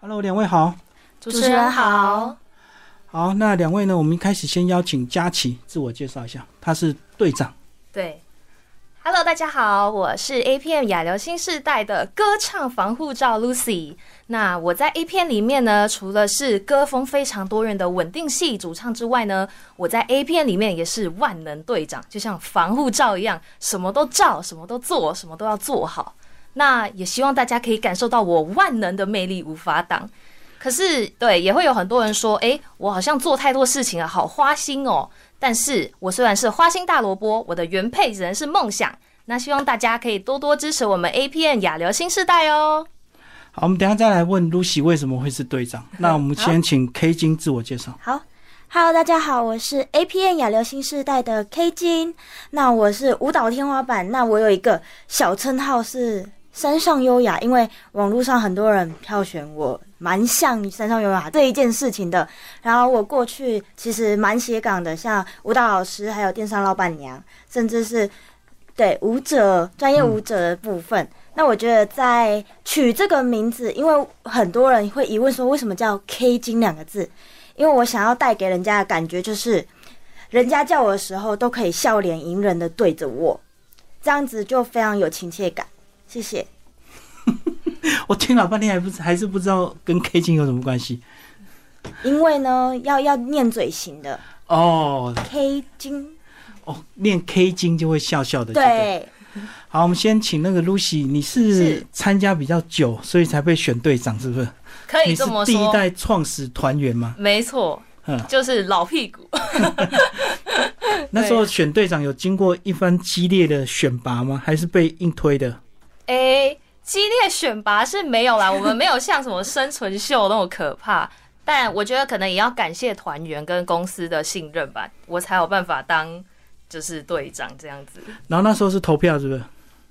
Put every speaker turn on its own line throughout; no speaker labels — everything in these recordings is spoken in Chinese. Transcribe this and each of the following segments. Hello，两位好。
主持人好，
好，那两位呢？我们一开始先邀请佳琪自我介绍一下，他是队长。
对，Hello，大家好，我是 A 片亚流新世代的歌唱防护罩 Lucy。那我在 A 片里面呢，除了是歌风非常多元的稳定系主唱之外呢，我在 A 片里面也是万能队长，就像防护罩一样，什么都罩，什么都做，什么都要做好。那也希望大家可以感受到我万能的魅力无法挡。可是，对，也会有很多人说，诶，我好像做太多事情了，好花心哦。但是我虽然是花心大萝卜，我的原配仍是梦想。那希望大家可以多多支持我们 A P N 亚流新世代哦。
好，我们等一下再来问 Lucy 为什么会是队 长。那我们先请 K 金自我介绍。
好，Hello，大家好，我是 APN 亚流新世代的 K 金。那我是舞蹈天花板，那我有一个小称号是山上优雅，因为网络上很多人票选我蛮像山上优雅这一件事情的。然后我过去其实蛮斜杠的，像舞蹈老师，还有电商老板娘，甚至是对舞者专业舞者的部分。那我觉得在取这个名字，因为很多人会疑问说为什么叫 K 金两个字，因为我想要带给人家的感觉就是，人家叫我的时候都可以笑脸迎人的对着我，这样子就非常有亲切感。谢谢。
我听了半天还不还是不知道跟 K 金有什么关系
因为呢，要要念嘴型的
哦
K 金，
哦，念 K 金就会笑笑的。对。
对，
好，我们先请那个 Lucy，你是
是
参加比较久，所以才被选队长，是不是？
可以
你是
这么
第一
说，
代创始团员 吗？
没错
嗯，
就是老屁股。
那时候选队长有经过一番激烈的选拔吗？还是被硬推的？
诶，激烈选拔是没有啦，我们没有像什么生存秀那么可怕。但我觉得可能也要感谢团员跟公司的信任吧，我才有办法当就是队长这样子。
然后那时候是投票， 是不是？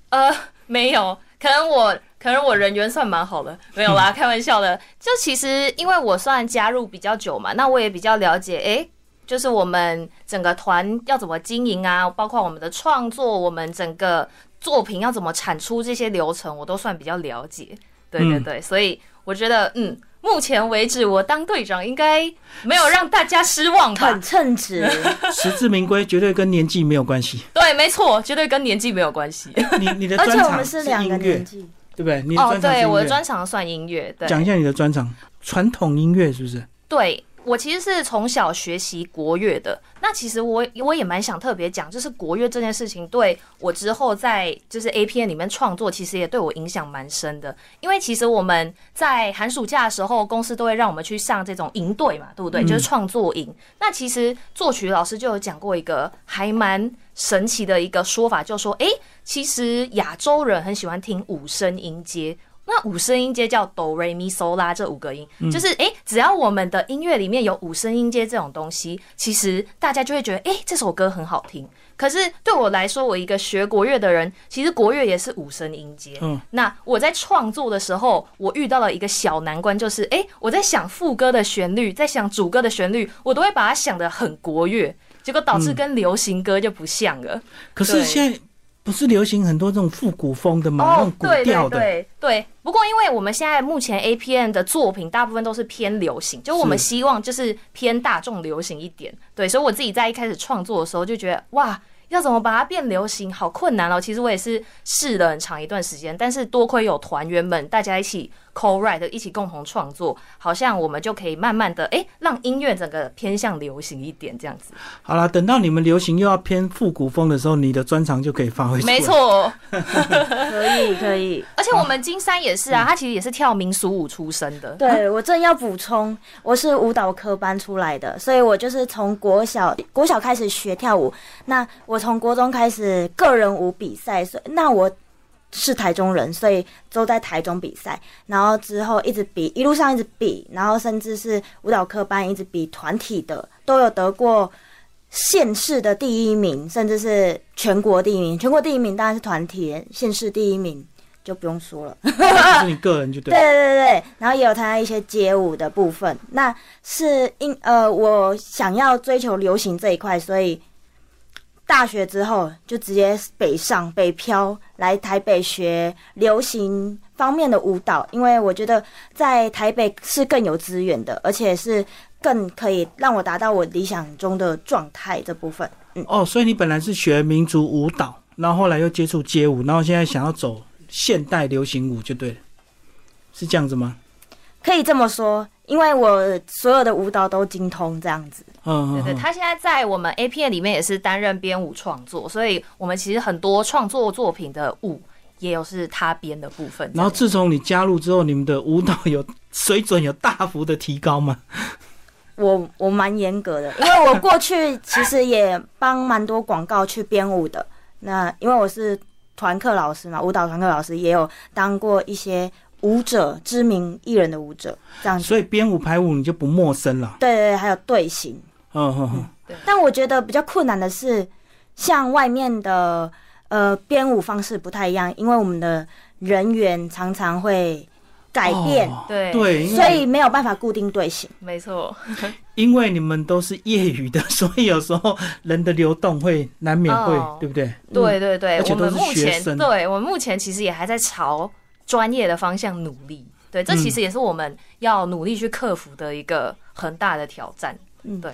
呃，没有，可能我可能我人缘算蛮好的，没有 啦，开玩笑的。就其实因为我算加入比较久嘛，那我也比较了解，诶，就是我们整个团要怎么经营啊，包括我们的创作，我们整个作品要怎么产出这些流程，我都算比较了解。对对
嗯
对，所以我觉得，嗯，目前为止我当队长应该没有让大家失望吧
很？称职。
实至名归，绝对跟年纪没有关系。
对，没错，绝对跟年纪没有关系。
你你的
而
专
且我们
长
是两个
音乐
年，纪，
对不对？你的
哦，
专长是音
对，
乐。
我的专长算音乐，对。
讲一下你的专长，传统音乐是不是？
对我其实是从小学习国乐的，那其实我我也蛮想特别讲，就是国乐这件事情对我之后在就是 A P N 里面创作，其实也对我影响蛮深的。因为其实我们在寒暑假的时候，公司都会让我们去上这种营队嘛，对不对？就是创作营。那其实作曲老师就有讲过一个还蛮神奇的一个说法，就说诶，其实亚洲人很喜欢听五声音阶。那五声音阶叫哆、瑞、咪、嗦、拉这五个音，就是诶，只要我们的音乐里面有五声音阶这种东西，其实大家就会觉得诶，这首歌很好听。可是对我来说，我一个学国乐的人，其实国乐也是五声音阶。
嗯
那我在创作的时候，我遇到了一个小难关，就是诶，我在想副歌的旋律，在想主歌的旋律，我都会把它想得很国乐，结果导致跟流行歌就不像了。
可是
对
现在不是流行很多这种复古风的吗？那种古
哦对
调的，
对对对。不过，因为我们现在目前 A P N 的作品大部分都是偏流行，就我们
是
希望就是偏大众流行一点。对，所以我自己在一开始创作的时候就觉得，哇，要怎么把它变流行，好困难哦。其实我也是试了很长一段时间，但是多亏有团员们大家一起 co write，一起共同创作，好像我们就可以慢慢的，哎，让音乐整个偏向流行一点这样子。
好啦，等到你们流行又要偏复古风的时候，你的专长就可以发挥出来。
没，错。
可以可以。
而且我们金山也是啊，
嗯
他其实也是跳民俗舞出身的。
对我正要补充，我是舞蹈科班出来的，所以我就是从国小国小开始学跳舞。那我从国中开始个人舞比赛，所以那我是台中人，所以都在台中比赛。然后之后一直比，一路上一直比，然后甚至是舞蹈科班一直比团体的，都有得过县市的第一名，甚至是全国第一名。全国第一名当然是团体，县市第一名就不用说了。
就是你个人就对
对
了。
对对，然后也有他一些街舞的部分。那是因呃，我想要追求流行这一块，所以大学之后就直接北上北漂来台北学流行方面的舞蹈，因为我觉得在台北是更有资源的，而且是更可以让我达到我理想中的状态这部分。嗯
哦，所以你本来是学民族舞蹈，然后后来又接触街舞，然后现在想要走现代流行舞就对了，是这样子吗？
可以这么说，因为我所有的舞蹈都精通这样子。
嗯，
对对，
嗯嗯
他现在在我们 A 片里面也是担任编舞创作，所以我们其实很多创作作品的舞也有是他编的部分。
然后
这样
自从你加入之后，你们的舞蹈有水准有大幅的提高吗？
我我蛮严格的，因为我 过去其实也帮蛮多广告去编舞的。那因为我是团课老师嘛，舞蹈团课老师也有当过一些舞者，知名艺人的舞者这样子。
所以编舞排舞你就不陌生了。
对对对，还有队形。
嗯嗯嗯，
但我觉得比较困难的是，像外面的呃编舞方式不太一样，因为我们的人员常常会改变，
哦
对
对，因
所
为
以没有办法固定队形。
没错，
因为你们都是业余的， 所以有时候人的流动会难免会，
哦
对不对？
对对对
而，且
我
都
们
是
目
学
前
生
对我们目前其实也还在朝专业的方向努力。对，这其实也是我们要努力去克服的一个很大的挑战。
嗯
对，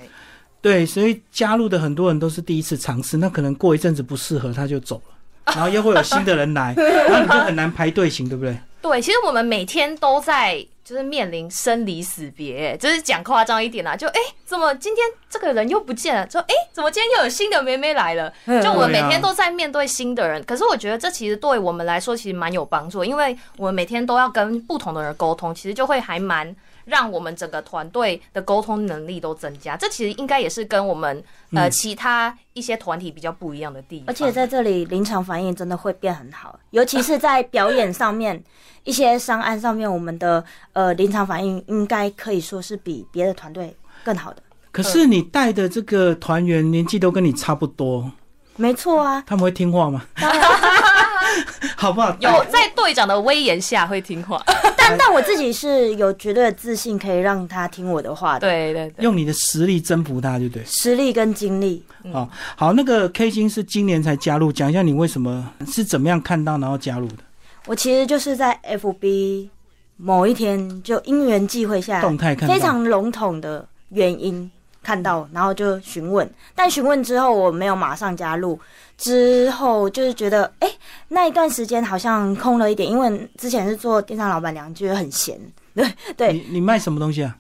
对，所以加入的很多人都是第一次尝试，那可能过一阵子不适合他就走了，然后又会有新的人来，然后你就很难排队型，对不对？
对，其实我们每天都在就是面临生离死别，欸就是讲夸张一点啦、就哎、怎么今天这个人又不见了？就哎、怎么今天又有新的妹妹来了？就我们每天都在面对新的人，可是我觉得这其实对我们来说其实蛮有帮助，因为我们每天都要跟不同的人沟通，其实就会还蛮让我们整个团队的沟通能力都增加。这其实应该也是跟我们呃、其他一些团体比较不一样的地方。
而且在这里临场反应真的会变很好，尤其是在表演上面，一些商案上面，我们的呃临场反应应该可以说是比别的团队更好的。
可是你带的这个团员年纪都跟你差不多，
没错啊，
他们会听话吗？好不好？
有在队长的威严下会听 话，
但但我自己是有绝对的自信，可以让他听我的话的，
对对对，
用你的实力征服他，对不对？
实力跟精力。
哦，好，那个 K 星是今年才加入，讲一下你为什么是怎么样看到然后加入的？
我其实就是在 FB 某一天就因缘际会下，
动态看到
啊非常笼统的原因看到，然后就询问。但询问之后，我没有马上加入，之后就是觉得，哎、那一段时间好像空了一点，因为之前是做电商老板娘，就是很闲。对
你你卖什么东西啊？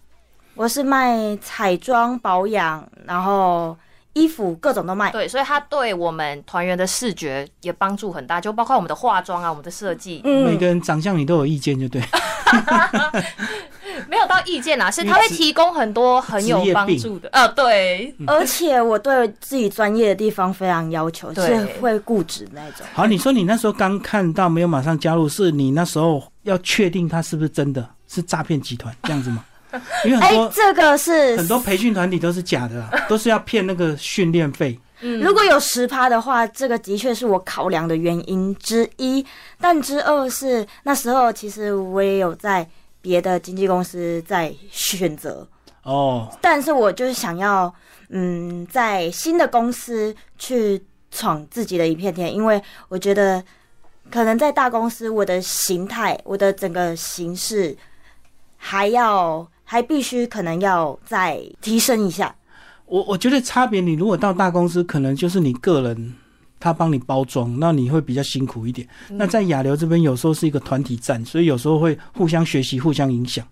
我是卖彩妆保养，然后衣服各种都卖。
对，所以他对我们团员的视觉也帮助很大，就包括我们的化妆啊，我们的设计，
每
嗯，
个人长相你都有意见，就 对。
没有到意见啦，啊是
你
他会
职
提供很多很有
职业
帮
病
助的。呃，对，
嗯
而且我对自己专业的地方非常要求，
对
是会固执那种。
好，你说你那时候刚看到没有马上加入，是你那时候要确定他是不是真的是诈骗集团这样子 吗？因为
哎、
很多、
这个是
很多培训团体都是假的、啊，都是要骗那个训练费。
嗯
如果有十趴的话，这个的确是我考量的原因之一。但之二是那时候其实我也有在别的经纪公司在选择，
哦，
但是我就是想要嗯在新的公司去闯自己的一片天，因为我觉得可能在大公司我的形态、我的整个形式还要还必须可能要再提升一下。
我我觉得差别，你如果到大公司，可能就是你个人他帮你包装，那你会比较辛苦一点。那
嗯
在亚流这边，有时候是一个团体战，所以有时候会互相学习、互相影响。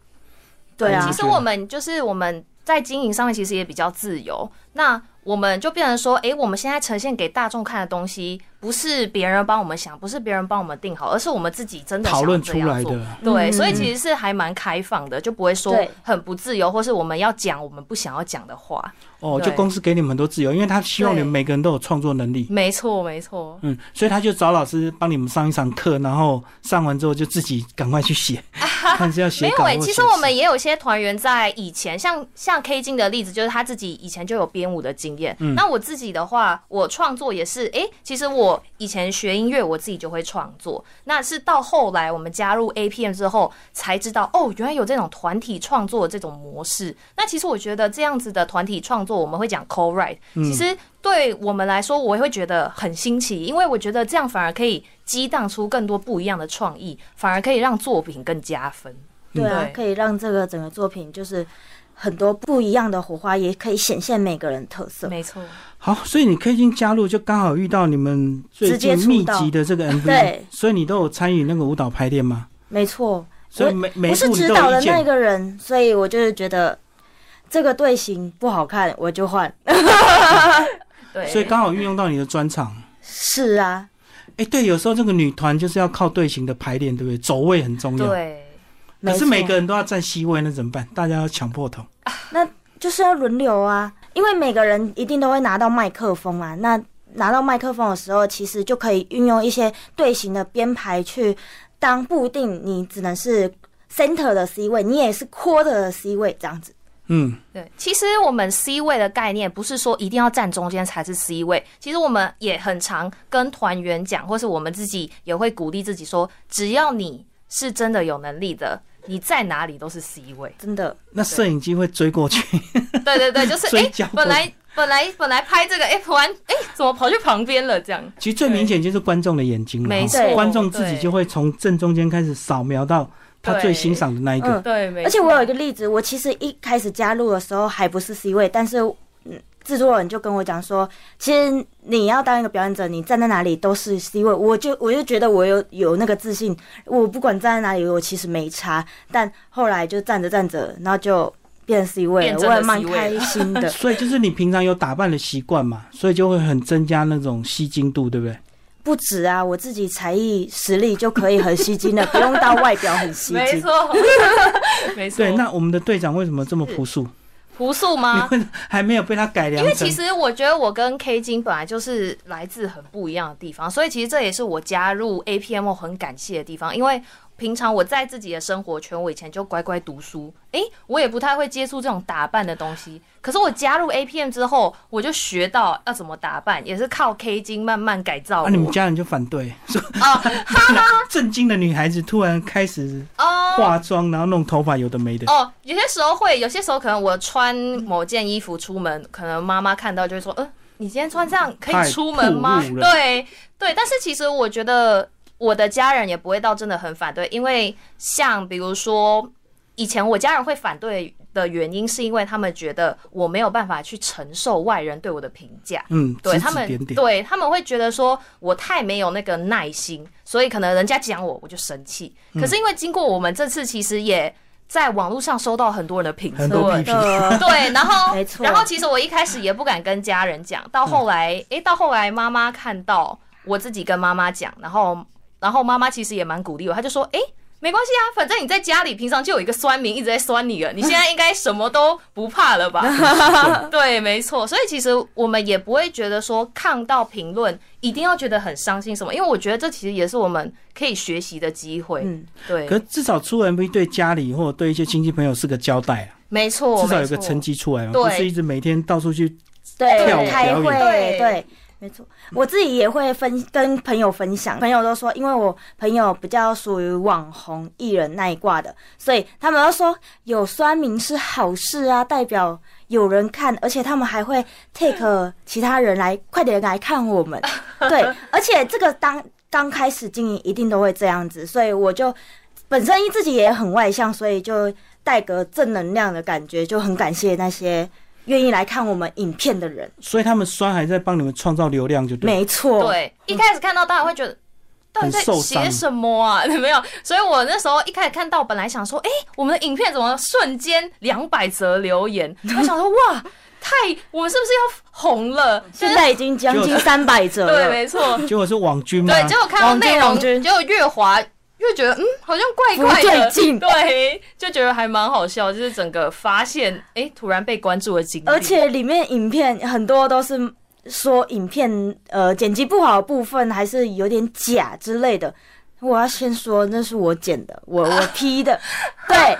对啊
其，实我们就是我们在经营上面其实也比较自由，那我们就变成说，诶，我们现在呈现给大众看的东西，不是别人帮我们想，不是别人帮我们定好，而是我们自己真的想
讨
要
论
这
出
样
来
做
的。
对，
嗯
所以其实是还蛮开放的，就不会说
对
很不自由，或是我们要讲我们不想要讲的话。
哦，就
对
公司给你们很多自由，因为他希望你们
对
每个人都有创作能力。
没错，没错。
嗯，所以他就找老师帮你们上一堂课，然后上完之后就自己赶快去 写，看是要写
没有
稿或
诶、
写词。
其实我们也有一些团员在以前，像像 K 金的例子，就是他自己以前就有编舞的经验。
嗯
那我自己的话，我创作也是，诶、其实我以前学音乐，我自己就会创作。那是到后来我们加入 APM 之后，才知道哦，原来有这种团体创
嗯
作的这种模式。那其实我觉得这样子的团体创作，我们会讲 co-write，、其实对我们来说，我也会觉得很新奇，因为我觉得这样反而可以激荡出更多不一样的创意，反而可以让作品更加分。
对啊，
嗯
对
可以让这个整个作品就是很多不一样的火花，也可以显现每个人特色。
没错，
好，所以你 K 金加入就刚好遇到你们最
直接
近
出
密
道
集的这 个 MV，
对
所以你都有参与那个舞蹈排练吗？
没错，
所以每每
我
一
是
部你
指
都
导
有
的
意
那
见。
个人，所以我就是觉得这个队形不好看，我就换。
对，
所以刚好运用到你的专场，
是啊，
哎、对，有时候这个女团就是要靠队形的排练，对不对？走位很重要。
对，
可是
错
每个人都要站 C 位，那怎么办？大家要抢破头。
就是要轮流啊，因为每个人一定都会拿到麦克风啊。那拿到麦克风的时候，其实就可以运用一些队形的编排去当不一定你只能是 center 的 C 位，你也是 quarter 的 C 位这样子。
嗯，
对，其实我们 C 位的概念不是说一定要站中间才是 C 位，其实我们也很常跟团员讲，或是我们自己也会鼓励自己说，只要你是真的有能力的，你在哪里都是 C 位。
真的，
那摄影机会追过 去，
对对对，就是
所以
哎、
讲过
本来本来本来拍这个，哎、突然哎、怎么跑去旁边了？这样
其实最明显就是观众的眼睛了
没
哈
错，
观众自己
对
就会从正中间开始扫描到他最欣赏的那一个。。
嗯
对，没
而且我有一
错
个例子，我其实一开始加入的时候还不是 C 位，但是嗯，制作人就跟我讲说，其实你要当一个表演者，你站在哪里都是 C 位。我就我就觉得我有有那个自信，我不管站在哪里，我其实没差。但后来就站着站着，然后就变 C 位
变
了，
真
我
的
也蛮
C 位
开心的
嗯
所以就是你平常有打扮的习惯嘛，所以就会很增加那种吸睛度，对不对？
不止啊，我自己才艺实力就可以很吸睛了，不用到外表很吸
没
睛。
错，没错。
对，那我们的队长为什么这么朴素？
朴素吗？
你为什么还没有被他改良
因为
成
其？实我觉得我跟 K 金本来就是来自很不一样的地方，所以其实这也是我加入 APM 很感谢的地方，因为。平常我在自己的生活圈，我以前就乖乖读书，诶、我也不太会接触这种打扮的东西。可是我加入 A P M 之后，我就学到要怎么打扮，也是靠 K 金慢慢改造我。
啊，你们家人就反对，说
啊，
震惊的女孩子突然开始
哦
化妆，然后弄头发，有的没的。
哦，有些时候会，有些时候可能我穿某件衣服出门，可能妈妈看到就会说：“嗯、你今天穿这样可
太
以出门吗
暴？”露了
对对，但是其实我觉得我的家人也不会到真的很反对，因为像比如说以前我家人会反对的原因，是因为他们觉得我没有办法去承受外人对我的评价。
嗯，
对
指
他
指
们，
点点。
对他们会觉得说我太没有那个耐心，所以可能人家讲我我就生气。可
嗯
是因为经过我们这次，其实也在网络上收到很多人的评
很
论，
多批
真
评
的，
对，然后
没错
然后其实我一开始也不敢跟家人讲，到后来，
嗯
诶，到后来妈妈看到我自己跟妈妈讲，然后然后妈妈其实也蛮鼓励我，她就说，诶，没关系啊，反正你在家里平常就有一个酸民一直在酸你了，你现在应该什么都不怕了吧？ 对，没错。所以其实我们也不会觉得说看到评论一定要觉得很伤心什么，因为我觉得这其实也是我们可以学习的机会。
嗯，
对，
可至少出 MV 对家里或者对一些亲戚朋友是个交代啊，
没错，
至少有
没
个
错
成绩出来嘛，
对
不是一直每天到处去。跳舞
对，
表
开
演
会，
对
对，没错。我自己也会分跟朋友分享，朋友都说，因为我朋友比较属于网红艺人那一挂的，所以他们都说有酸民是好事啊，代表有人看，而且他们还会 take 其他人来，快点来看我们。对，而且这个当刚开始经营一定都会这样子，所以我就本身自己也很外向，所以就带个正能量的感觉，就很感谢那些愿意来看我们影片的人。
所以他们酸还在帮你们创造流量，就对了。
没错，
对，一开始看到当然会觉得。到底在
很受伤
写什么啊？没有，所以我那时候一开始看到，本来想说，哎、我们的影片怎么瞬间两百则留 言？我想说，哇，太，我们是不是要红了？
现在已经将近三百折
对，
了，
没错，
结果是网军嘛，
对。结果看到
呃嗯王君
内容，
王君
结果越滑越觉得，嗯，好像怪怪
不
的，
对劲
对，就觉得还蛮好笑，就是整个发现，哎、突然被关注的经历，
而且里面影片很多都是说影片呃剪辑不好的部分，还是有点假之类的。我要先说，那是我剪的，我我 P 的，对，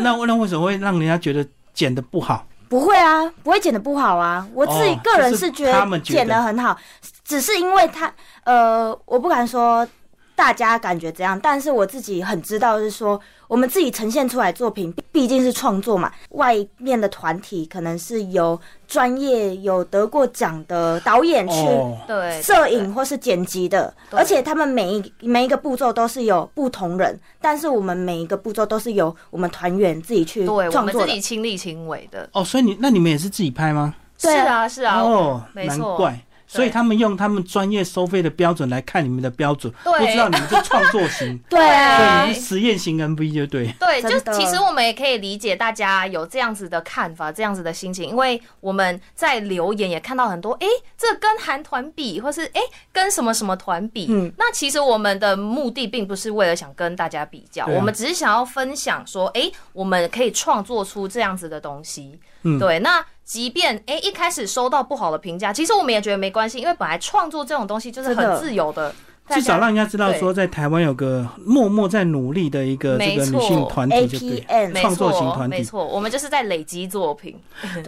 那那为什么会让人家觉得剪的不好？
不会啊，不会剪的不好啊。我自己
哦
个人
就是
觉
他们
得
觉得
剪的很好，只是因为他呃，我不敢说大家感觉怎样，但是我自己很知道是说，我们自己呈现出来的作品毕毕竟是创作嘛，外面的团体可能是由专业有得过奖的导演去
哦，
对，
摄影或是剪辑的，
对
而且他们每一每一个步骤都是有不同人，但是我们每一个步骤都是由我们团员自己去
对，对我
创
们
作
自
的
己。亲力亲为的。
哦，所以你那你们也是自己拍吗？
是
对
啊，是啊，
哦，
没
难
错
怪。所以他们用他们专业收费的标准来看你们的标准，
对
不知道你们是创作型，
对啊，
对，你是实验型 MV 就对。
对，
真
就
的
其实我们也可以理解大家有这样子的看法，这样子的心情，因为我们在留言也看到很多，诶，这跟韩团比，或是诶，跟什么什么团比，
嗯
那其实我们的目的并不是为了想跟大家比较，
对啊
我们只是想要分享说，诶，我们可以创作出这样子的东西，
嗯
对，那。即便诶一开始收到不好的评价，其实我们也觉得没关系，因为本来创作这种东西就是
真
很
的
自由的，
至少
大家
让人家知道
对
说，在台湾有个默默在努力的一个这
没
个
错
女性团体，
A
就
P
对，
N，
没
创作型
错，
团体
没错，我们就是在累积作品，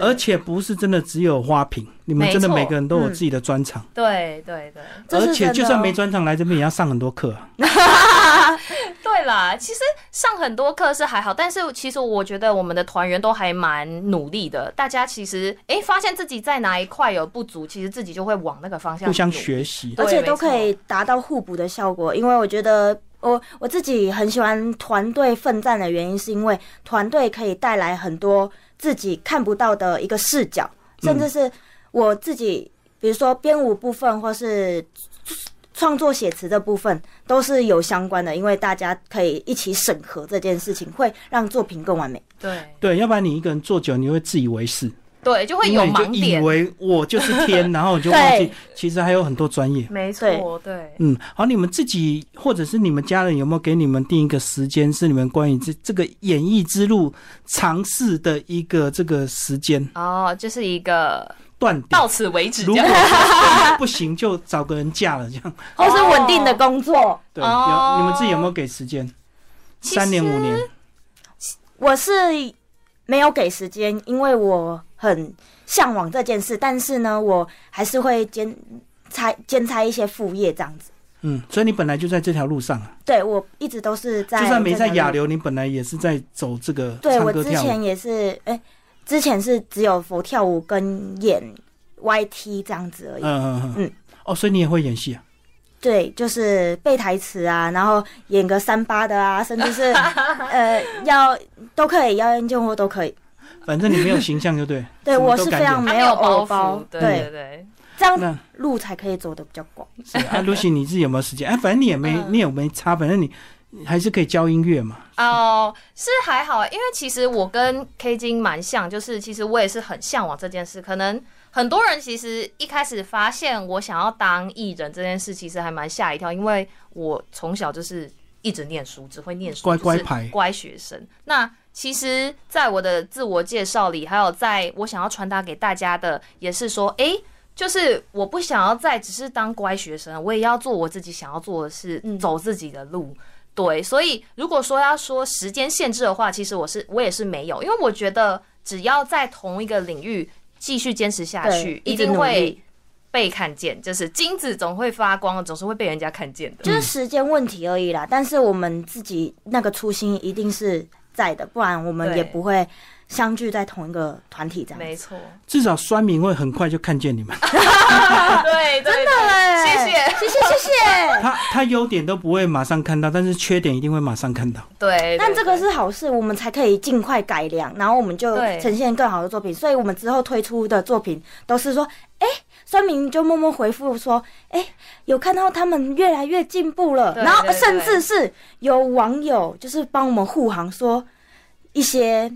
而且不是真的只有花瓶，你们真的
没错嗯
每个人都有自己的专场，
对对对。
这是
而且
真的
就算没
哦
专场来这边也要上很多课啊。
对啦，其实上很多课是还好，但是其实我觉得我们的团员都还蛮努力的。大家其实哎、诶发现自己在哪一块有不足，其实自己就会往那个方向
互相
努。
学习。
对
而且都可
没
以达到互补的效果。因为我觉得我我自己很喜欢团队奋战的原因，是因为团队可以带来很多自己看不到的一个视角，甚
嗯
至是我自己，比如说编舞部分或是。创作写词这部分都是有相关的，因为大家可以一起审核这件事情，会让作品更完美。
对
对，要不然你一个人做久，你会自以为是，
对，就会
因
有
为你就
盲
以
点。
为我就是 天，然后你就忘记
对，
其实还有很多专业。
没错，对。
嗯，好，你们自己或者是你们家人有没有给你们定一个时间，是你们关于这这个演艺之路尝试的一个这个时间
哦，就是一个
断点？
到此为止这
如果
样。
不行，就找个人嫁了，这样
或是稳定的工作，
对。
哦
有你们自己有没有给时间？
其实
三年五年，
我是没有给时间，因为我很向往这件事，但是呢，我还是会兼差兼差一些副业这样子。
嗯，所以你本来就在这条路上啊，
对我一直都是在，
就算没在亚，流，你本来也是在走这个
对
唱
我
歌
之
跳舞
前。也是，哎、之前是只有佛跳舞跟演 YT 这样子
嗯
而
嗯
已。
嗯嗯
嗯。
哦，所以你也会演戏啊？
对，就是背台词啊，然后演个三八 的啊，甚至是呃要都可以，妖言贱货都可以。
反正你没有形象就对。
对
什么
我
都
是
敢
非常
演
他
没
啊有
偶
包
包
袱，，对
对，
对对，
这样
那
路才可以走的比较广。
是啊，Lucy，你自己有没有时间？哎，反正你也没，
嗯
你也没差，反正你还是可以教音乐嘛。
哦，是还好，因为其实我跟 K 金蛮像，就是其实我也是很向往这件事。可能很多人其实一开始发现我想要当艺人这件事，其实还蛮吓一跳，因为我从小就是一直念书，只会念书，
乖乖
就是
牌
乖学生。那其实，在我的自我介绍里，还有在我想要传达给大家的，也是说，诶，就是我不想要再只是当乖学生，我也要做我自己想要做的事，
嗯
走自己的路。对，所以如果说要说时间限制的话，其实我是我也是没有，因为我觉得只要在同一个领域继续坚持下去，
对
一
一直
定
努
会
力
被看见。就是金子总会发光，总是会被人家看见的。
就是时间问题而已啦。但是我们自己那个初心一定是在的，不然我们
对
也不会相聚在同一个团体这样。
嗯没错，
至少酸民会很快就看见你们，
对，真的谢谢，
谢谢谢谢。
他他优点都不会马上看到，但是缺点一定会马上看到。
对。
但
对
这个是好事，我们才可以尽快改良，然后我们就
对
呈现更好的作品。所以我们之后推出的作品都是说，哎、酸民就默默回复说，哎、有看到他们越来越进步了。
对
然后
对对
甚至是有网友就是帮我们护航，说一些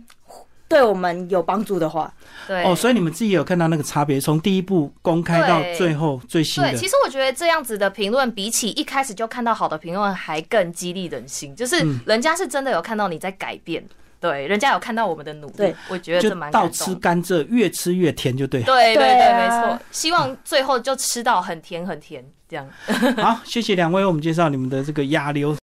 对我们有帮助的话。
对
哦，所以你们自己有看到那个差别，从第一部公开到
对
最后最新
对，
的
其，实我觉得这样子的评论，比起一开始就看到好的评论，还更激励人心。就是
嗯
人家是真的有看到你在改变，对，人家有看到我们的努力
对，
我觉得
就
这蛮
倒
感
吃
动的。
甘蔗，越吃越甜就 对。
对对
对
对，没
啊
错。希望最后就吃到很甜很甜这样。
好，谢谢两位为我们介绍你们的这个亚流